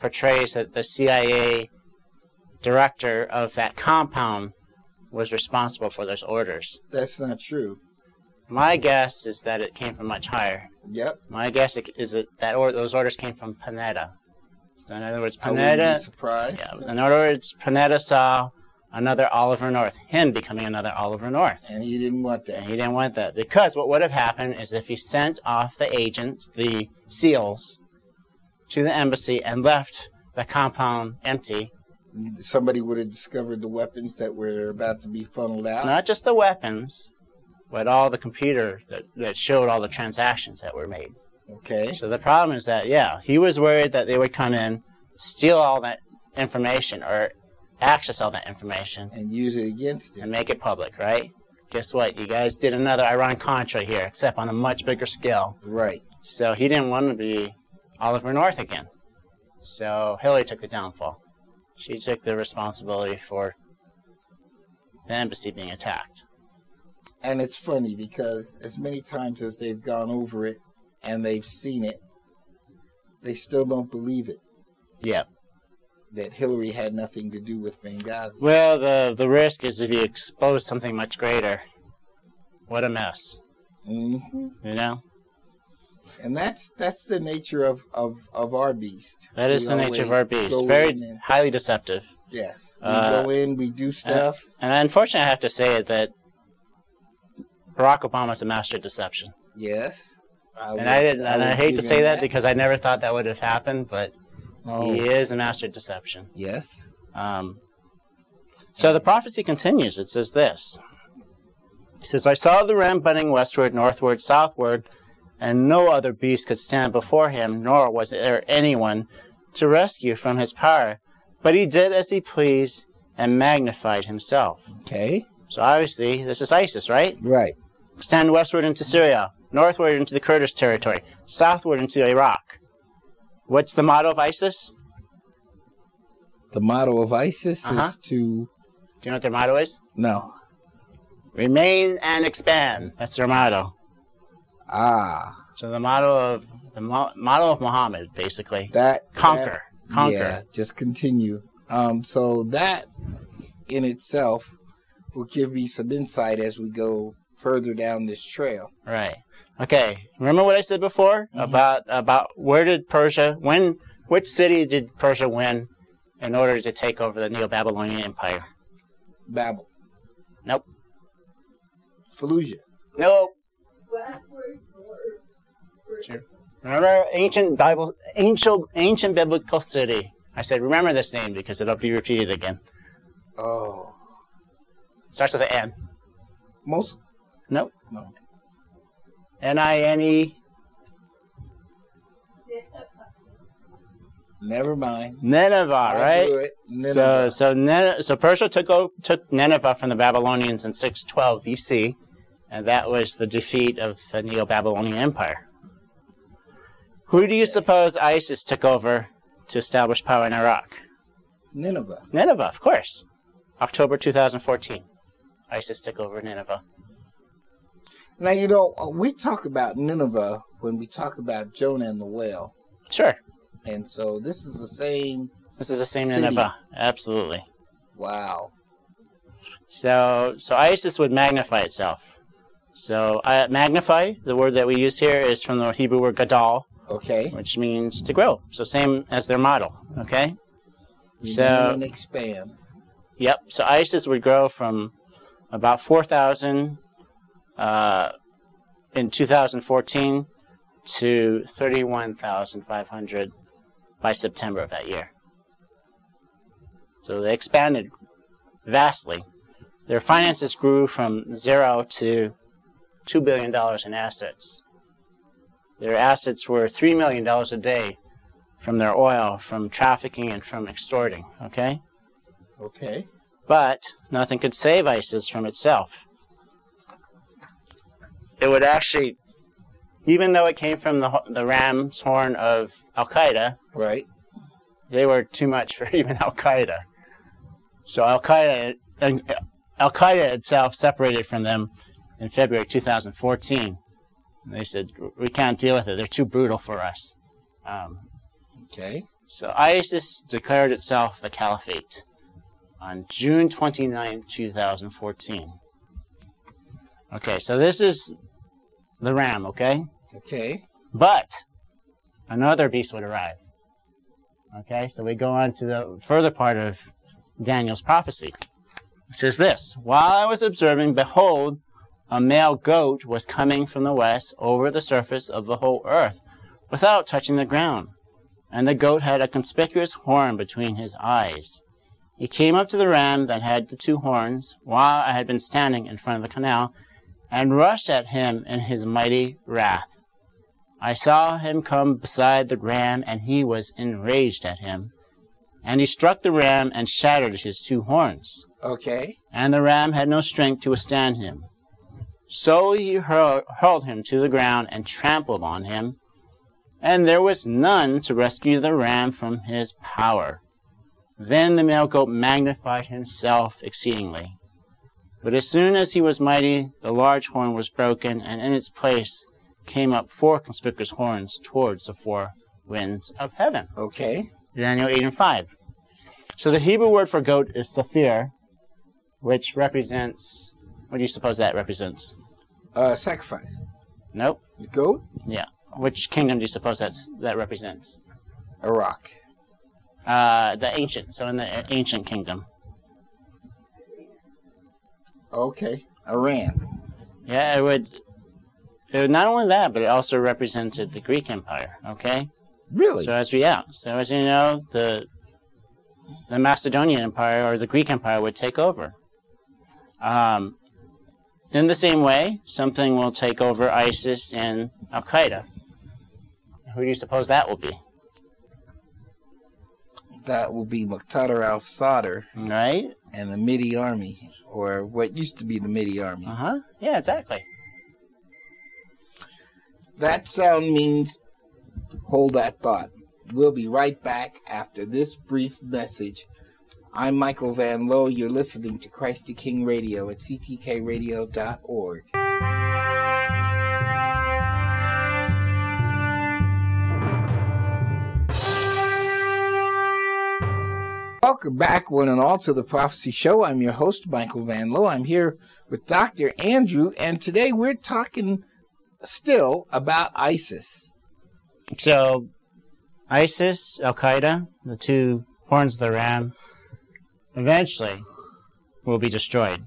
portrays that the CIA director of that compound was responsible for those orders.
That's not true.
My guess is that it came from much higher.
Yep.
My guess is that that or- those orders came from Panetta. So in other words,
I wouldn't
Panetta
be surprised.
uh, Yeah, in other words, Panetta saw another Oliver North, him becoming another Oliver North.
And he didn't want
And
that.
he didn't want that because what would have happened is if he sent off the agents, the SEALs, to the embassy and left the compound empty,
Somebody would have discovered the weapons that were about to be funneled out.
not just the weapons, but all the computer that, that showed all the transactions that were made.
Okay.
So the problem is that, yeah, he was worried that they would come in, steal all that information or access all that information,
And use it against him.
and make it public, right? Guess what? You guys did another Iran Contra here, except on a much bigger scale.
Right.
So he didn't want to be Oliver North again. So Hillary took the downfall. She took the responsibility for the embassy being attacked.
And it's funny because as many times as they've gone over it and they've seen it, they still don't believe it
Yeah.
that Hillary had nothing to do with Benghazi.
Well, the the risk is if you expose something much greater. What a mess,
hmm
you know.
And that's that's the nature of, of, of our beast.
That is
We
the nature of
always
our beast.
go
Very
in and-
highly deceptive.
yes. We
Uh,
go in, we do stuff.
And unfortunately, I have to say that Barack Obama's a master of deception.
yes.
And I didn't, and I hate to say that
because
because I never thought that would have happened, but
Oh,
he is a master of deception.
Yes.
Um, so the prophecy continues. It says this. It says, I saw the ram butting westward, northward, southward, and no other beast could stand before him, nor was there anyone to rescue from his power. But he did as he pleased and magnified himself.
Okay.
So obviously, this is ISIS, right?
Right.
Extend westward into Syria, northward into the Kurdish territory, southward into Iraq. What's the motto of ISIS?
The motto of ISIS
Uh-huh.
is to
Do you know what their motto is?
no.
Remain and expand. That's their motto.
Ah.
So the motto of the mo- motto of Muhammad, basically,
That that-
conquer, conquer.
Yeah, just continue. Um, so that in itself will give me some insight as we go further down this trail.
Right. Okay. Remember what I said before
Mhm.
about about where did Persia when which city did Persia win in order to take over the Neo-Babylonian Empire?
Babel.
Nope.
Fallujah.
Nope.
Westward north.
Remember ancient Bible, ancient ancient biblical city. I said, remember this name because it'll be repeated again.
Oh.
Starts with an N.
Most
Nope.
No.
It N I N E.
Never mind.
Nineveh,
I'll
right?
do it.
So
Nineveh.
so Nin- so Persia took o- took Nineveh from the Babylonians in 612 BC, and that was the defeat of the Neo-Babylonian Empire. Who do you suppose ISIS took over to establish power in Iraq?
Nineveh.
Nineveh, of course. October 2014, ISIS took over Nineveh.
Now you know we talk about Nineveh when we talk about Jonah and the whale,
Sure,
and so this is the same.
this is the same
City.
Nineveh, absolutely.
Wow.
So, so ISIS would magnify itself. So, uh, magnify, the word that we use here is from the Hebrew word gadal,
Okay.
which means to grow. So, same as their model, okay? So-
Renew and expand.
Yep. So ISIS would grow from about 4,000 uh, in 2014 to 31,500 by September of that year. So they expanded vastly. Their finances grew from zero to $2 billion in assets. Their assets were $3 million a day from their oil, from trafficking, and from extorting. Okay?
Okay.
But nothing could save ISIS from itself. It would actually, even though it came from the, ho- the ram's horn of Al Qaeda,
Right.
they were too much for even Al Qaeda. So Al Qaeda and Al Qaeda itself separated from them in February 2014. And they said, "We can't deal with it. They're too brutal for us." Um,
Okay.
so ISIS declared itself the caliphate on June 29, 2014. Okay, so this is the ram, okay?
Okay.
But another beast would arrive. Okay, so we go on to the further part of Daniel's prophecy. It says this While I was observing, behold, a male goat was coming from the west over the surface of the whole earth without touching the ground. And the goat had a conspicuous horn between his eyes. He came up to the ram that had the two horns while I had been standing in front of the canal and rushed at him in his mighty wrath. I saw him come beside the ram, and he was enraged at him. And he struck the ram and shattered his two horns.
Okay.
And the ram had no strength to withstand him. So he hur- hurled him to the ground and trampled on him. And there was none to rescue the ram from his power. Then the male goat magnified himself exceedingly. But as soon as he was mighty, the large horn was broken, and in its place came up four conspicuous horns towards the four winds of heaven.
Okay.
Daniel 8 and 5. So the Hebrew word for goat is saphir, which represents. What do you suppose that represents?
Uh, sacrifice.
Nope.
The goat.
Which kingdom do you suppose that's, that represents?
A rock.
Uh, the ancient. So in the ancient kingdom.
Okay. Iran.
Yeah, it would. It would not only that, but it also represented the Greek Empire. Okay.
Really?
So as we yeah, so as you know, the the Macedonian Empire or the Greek Empire would take over. Um, in the same way, something will take over ISIS and Al Qaeda. Who do you suppose that will be?
that will be Muqtada al Sadr
Right?
and the Midi army, or what used to be the Midi army.
Uh huh. Yeah, exactly.
That sound means hold that thought. We'll be right back after this brief message. I'm Michael Van Lowe. You're listening to Christ the King Radio at ctkradio.org. Welcome back, one and all, to the Prophecy Show. I'm your host, Michael Van Lowe. I'm here with Dr. Andrew, and today we're talking still about ISIS.
So, ISIS, Al Qaeda, the two horns of the ram, eventually will be destroyed.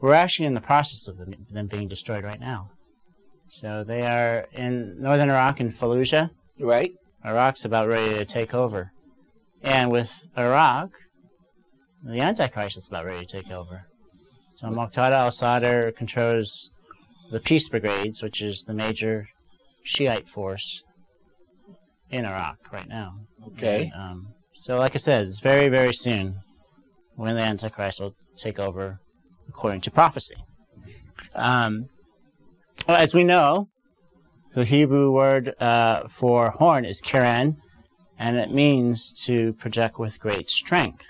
We're actually in the process of them, them being destroyed right now. So, they are in northern Iraq and Fallujah.
Right?
Iraq's about ready to take over. And with Iraq, the Antichrist is about ready to take over. So Muqtada al Sadr controls the Peace Brigades, which is the major Shiite force in Iraq right now.
Okay.
Um, so, like I said, it's very, very soon when the Antichrist will take over according to prophecy. Um, well, as we know, the Hebrew word uh, for horn is kiran, and it means to project with great strength.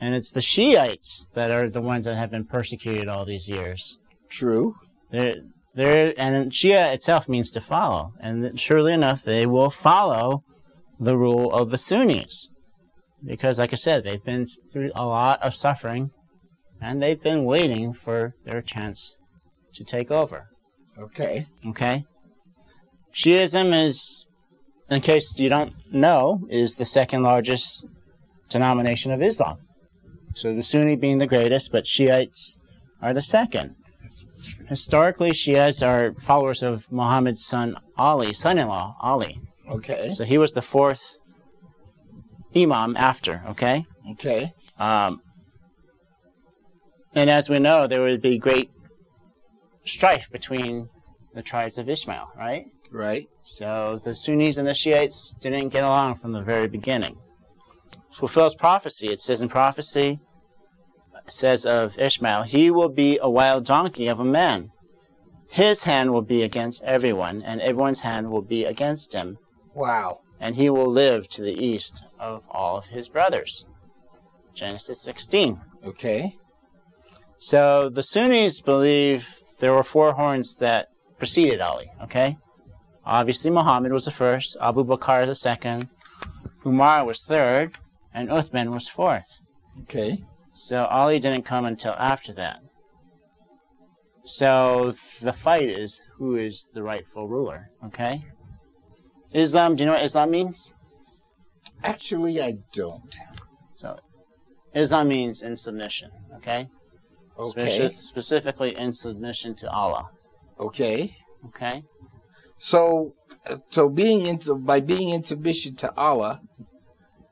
And it's the Shiites that are the ones that have been persecuted all these years.
True.
They're, they're, and Shia itself means to follow. And th- surely enough, they will follow the rule of the Sunnis. Because, like I said, they've been through a lot of suffering and they've been waiting for their chance to take over.
Okay.
Okay? Shiism is, in case you don't know, is the second largest denomination of Islam. So the Sunni being the greatest, but Shiites are the second. Historically, Shias are followers of Muhammad's son Ali, son in law, Ali.
Okay.
So he was the fourth imam after, okay?
Okay.
Um, and as we know, there would be great strife between the tribes of Ishmael, right?
Right.
So the Sunnis and the Shiites didn't get along from the very beginning. Fulfills prophecy. It says in prophecy, it says of Ishmael, he will be a wild donkey of a man. His hand will be against everyone, and everyone's hand will be against him,
Wow.
and he will live to the east of all of his brothers. Genesis 16.
Okay.
So the Sunnis believe there were four horns that preceded Ali, okay? Obviously, Muhammad was the first, Abu Bakr the second, Umar was third, and Uthman was fourth.
Okay.
So Ali didn't come until after that. So the fight is who is the rightful ruler, okay? Islam, do you know what Islam means?
Actually, I don't.
So Islam means in submission, okay?
Okay.
Speci- specifically in submission to Allah,
Okay.
okay?
So, so being into by being in submission to Allah,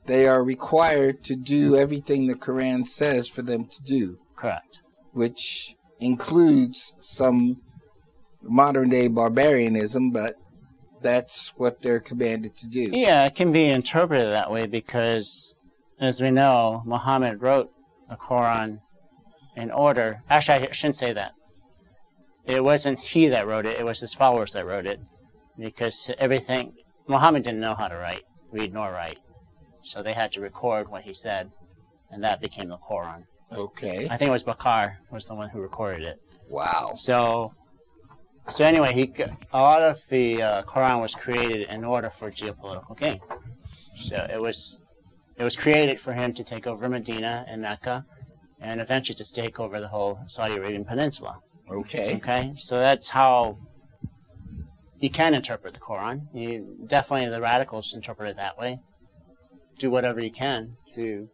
they are required to do everything the Quran says for them to do,
Correct.
which includes some modern day barbarianism, but that's what they're commanded to do.
Yeah, it can be interpreted that way because, as we know, Muhammad wrote the Quran in order. Actually, I shouldn't say that. It wasn't he that wrote it, it was his followers that wrote it because everything, Muhammad didn't know how to write, read, nor write. So they had to record what he said, and that became the Quran.
Okay.
I think it was Bakar was the one who recorded it.
Wow.
So, so anyway, he c- a lot of the uh, Quran was created in order for geopolitical gain. So it was it was created for him to take over Medina and Mecca, and eventually to take over the whole Saudi Arabian Peninsula.
Okay.
Okay, so that's how you can interpret the Quran. You, definitely, the radicals interpret it that way. Do whatever you can to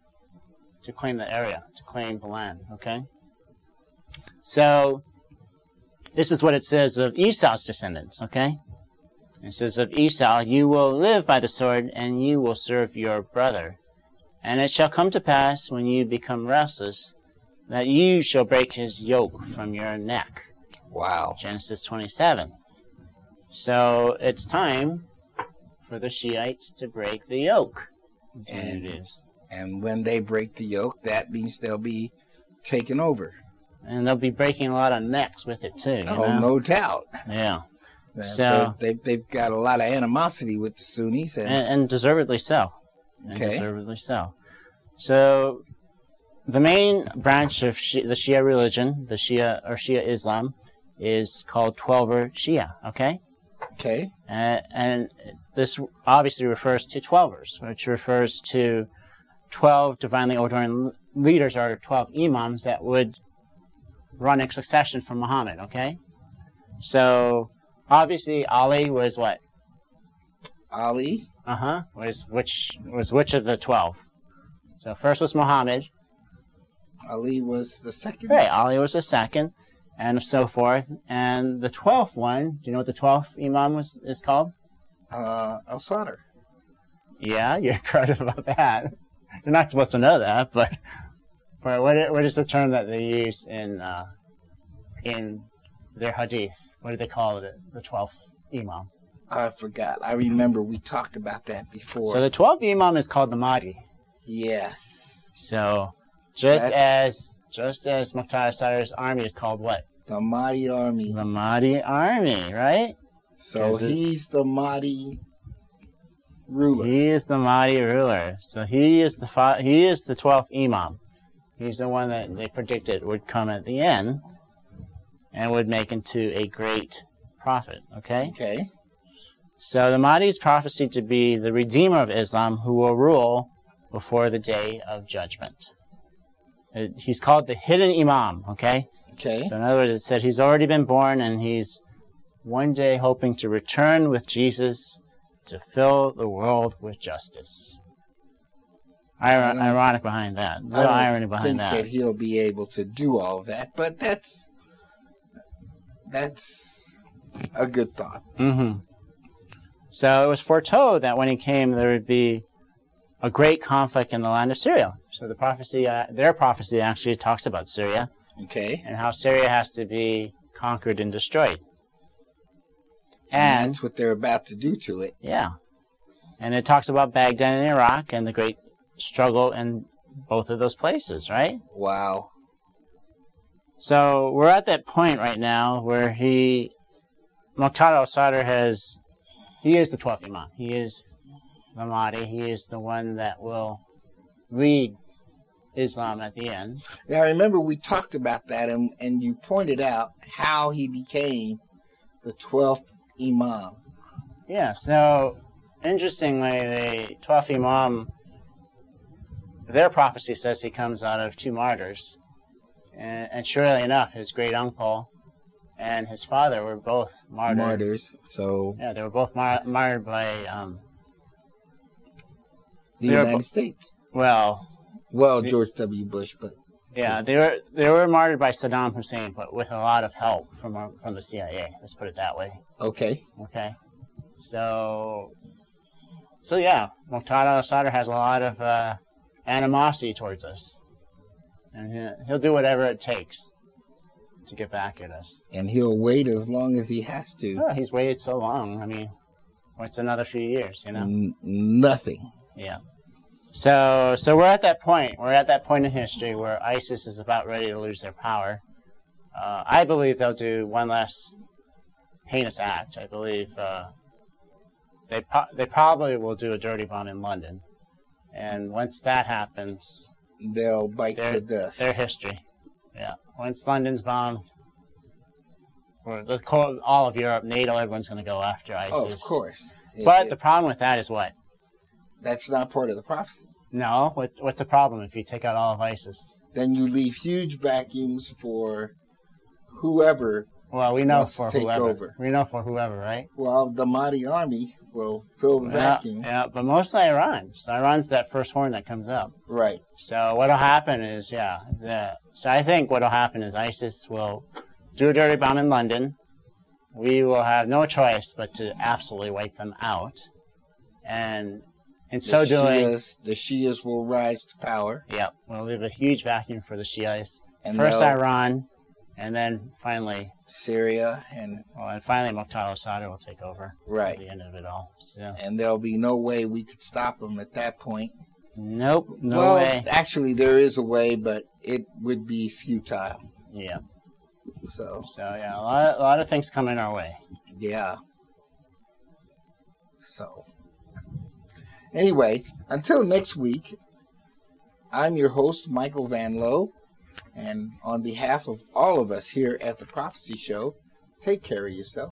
to claim the area, to claim the land. Okay. So this is what it says of Esau's descendants. Okay. It says of Esau, you will live by the sword, and you will serve your brother. And it shall come to pass when you become restless that you shall break his yoke from your neck.
Wow.
Genesis 27. So it's time for the Shiites to break the yoke. And it is.
And when they break the yoke, that means they'll be taken over.
And they'll be breaking a lot of necks with it too. You
Oh,
know?
no doubt.
Yeah. So- Eh.
So, they, they, they've got a lot of animosity with the Sunnis. And,
And, and deservedly so. And
Okay.
deservedly so. So the main branch of Shi the Shia religion, the Shia or Shia Islam, is called Twelver Shia. Okay.
okay.
Uh, and this obviously refers to twelvers, which refers to 12 divinely ordained leaders or 12 imams that would run in succession from Muhammad, okay? So obviously Ali was what?
Ali.
Uh-huh. Was which was which of the 12? So first was Muhammad,
Ali was the second.
right? Ali was the second and so forth. And the 12th one, do you know what the 12th imam was is called?
Uh, Al Sadr.
Yeah, you're correct about that. You're not supposed to know that, but but what i- what is the term that they use in uh, in their hadith. What do they call it? The 12th Imam.
I forgot. I remember we talked about that before.
So the 12th Imam is called the Mahdi.
yes.
So just
That's-
as just as Muqtada Sadr's army is called what?
The Mahdi army.
The Mahdi army, right?
So
Is it-
he's the Mahdi ruler.
He is the Mahdi ruler. So he is the fa- he is the 12th Imam. He's the one that they predicted would come at the end and would make into a great prophet, okay?
Okay.
So the Mahdi is prophesied to be the redeemer of Islam who will rule before the day of judgment. Uh, He's called the hidden Imam, okay?
Okay.
So in other words, it said he's already been born and he's one day hoping to return with Jesus to fill the world with justice.
I
Iron-
don't-
ironic behind that.
I
Little
don't
irony
think
behind
that.
that.
he'll be able to do all that, but that's that's a good thought.
hmm So it was foretold that when he came, there would be a great conflict in the land of Syria. So the prophecy, uh, their prophecy actually talks about Syria
Okay.
and how Syria has to be conquered and destroyed.
And
And
that's what they're about to do to it.
Yeah. And it talks about Baghdad and Iraq and the great struggle in both of those places, right?
Wow.
So we're at that point right now where he, Muqtada al Sadr has, he is the 12th Imam. He is the Mahdi. He is the one that will lead Islam at the end.
Now remember we talked about that and, and you pointed out how he became the twelfth Imam.
Yeah, so interestingly, the 12th Imam, their prophecy says he comes out of two martyrs. And, and surely enough, his great uncle and his father were both martyred.
Martyrs. So
Yeah, they were both mar- martyred by, um,
the
They're
United
bo-
States.
well,
Well,
The-
George W. Bush, but
yeah, they were they were martyred by Saddam Hussein, but with a lot of help from our- from the CIA. Let's put it that way.
okay.
Okay. So, so yeah, Muqtada al-Sadr has a lot of uh, animosity towards us, and he- he'll do whatever it takes to get back at us.
And he'll wait as long as he has to.
Oh, he's waited so long. I mean, what's another few years? You know.
N- nothing.
Yeah. So so we're at that point. We're at that point in history where ISIS is about ready to lose their power. Uh, I believe they'll do one last heinous act. I believe uh, they po- they probably will do a dirty bomb in London, and once that happens,
They'll bite the
They're-
dust.
their history. Yeah. Once London's bombed, or the co- all of Europe, NATO, everyone's going to go after ISIS.
Oh, of course. It-
But
it-
the problem with that is what?
that's not part of the prophecy.
No. What, what's the problem if you take out all of ISIS?
Then you leave huge vacuums for whoever.
Well, we know
Let's
for
take
whoever.
over.
We know for whoever, right?
Well, the Mahdi army will fill the
Yeah,
vacuum.
yeah, but mostly Iran. So Iran's that first horn that comes up.
Right.
So what'll happen is, yeah, the, so I think what'll happen is ISIS will do a dirty bomb in London. We will have no choice but to absolutely wipe them out, and in
The
so doing,
Shias, the Shias will rise to power.
yeah, we'll leave a huge vacuum for the Shiites.
And
first
they'll-
Iran, and then finally,
Syria and
well, and finally Muqtada al-Sadr will take over at
right.
the end of it all. So.
And there'll be no way we could stop them at that point.
Nope, no
well,
way.
actually, there is a way, but it would be futile.
Yeah.
So,
So yeah, a lot, a lot of things coming our way.
yeah. So, anyway, until next week, I'm your host, Michael Van Lowe. And on behalf of all of us here at the Prophecy Show, take care of yourself.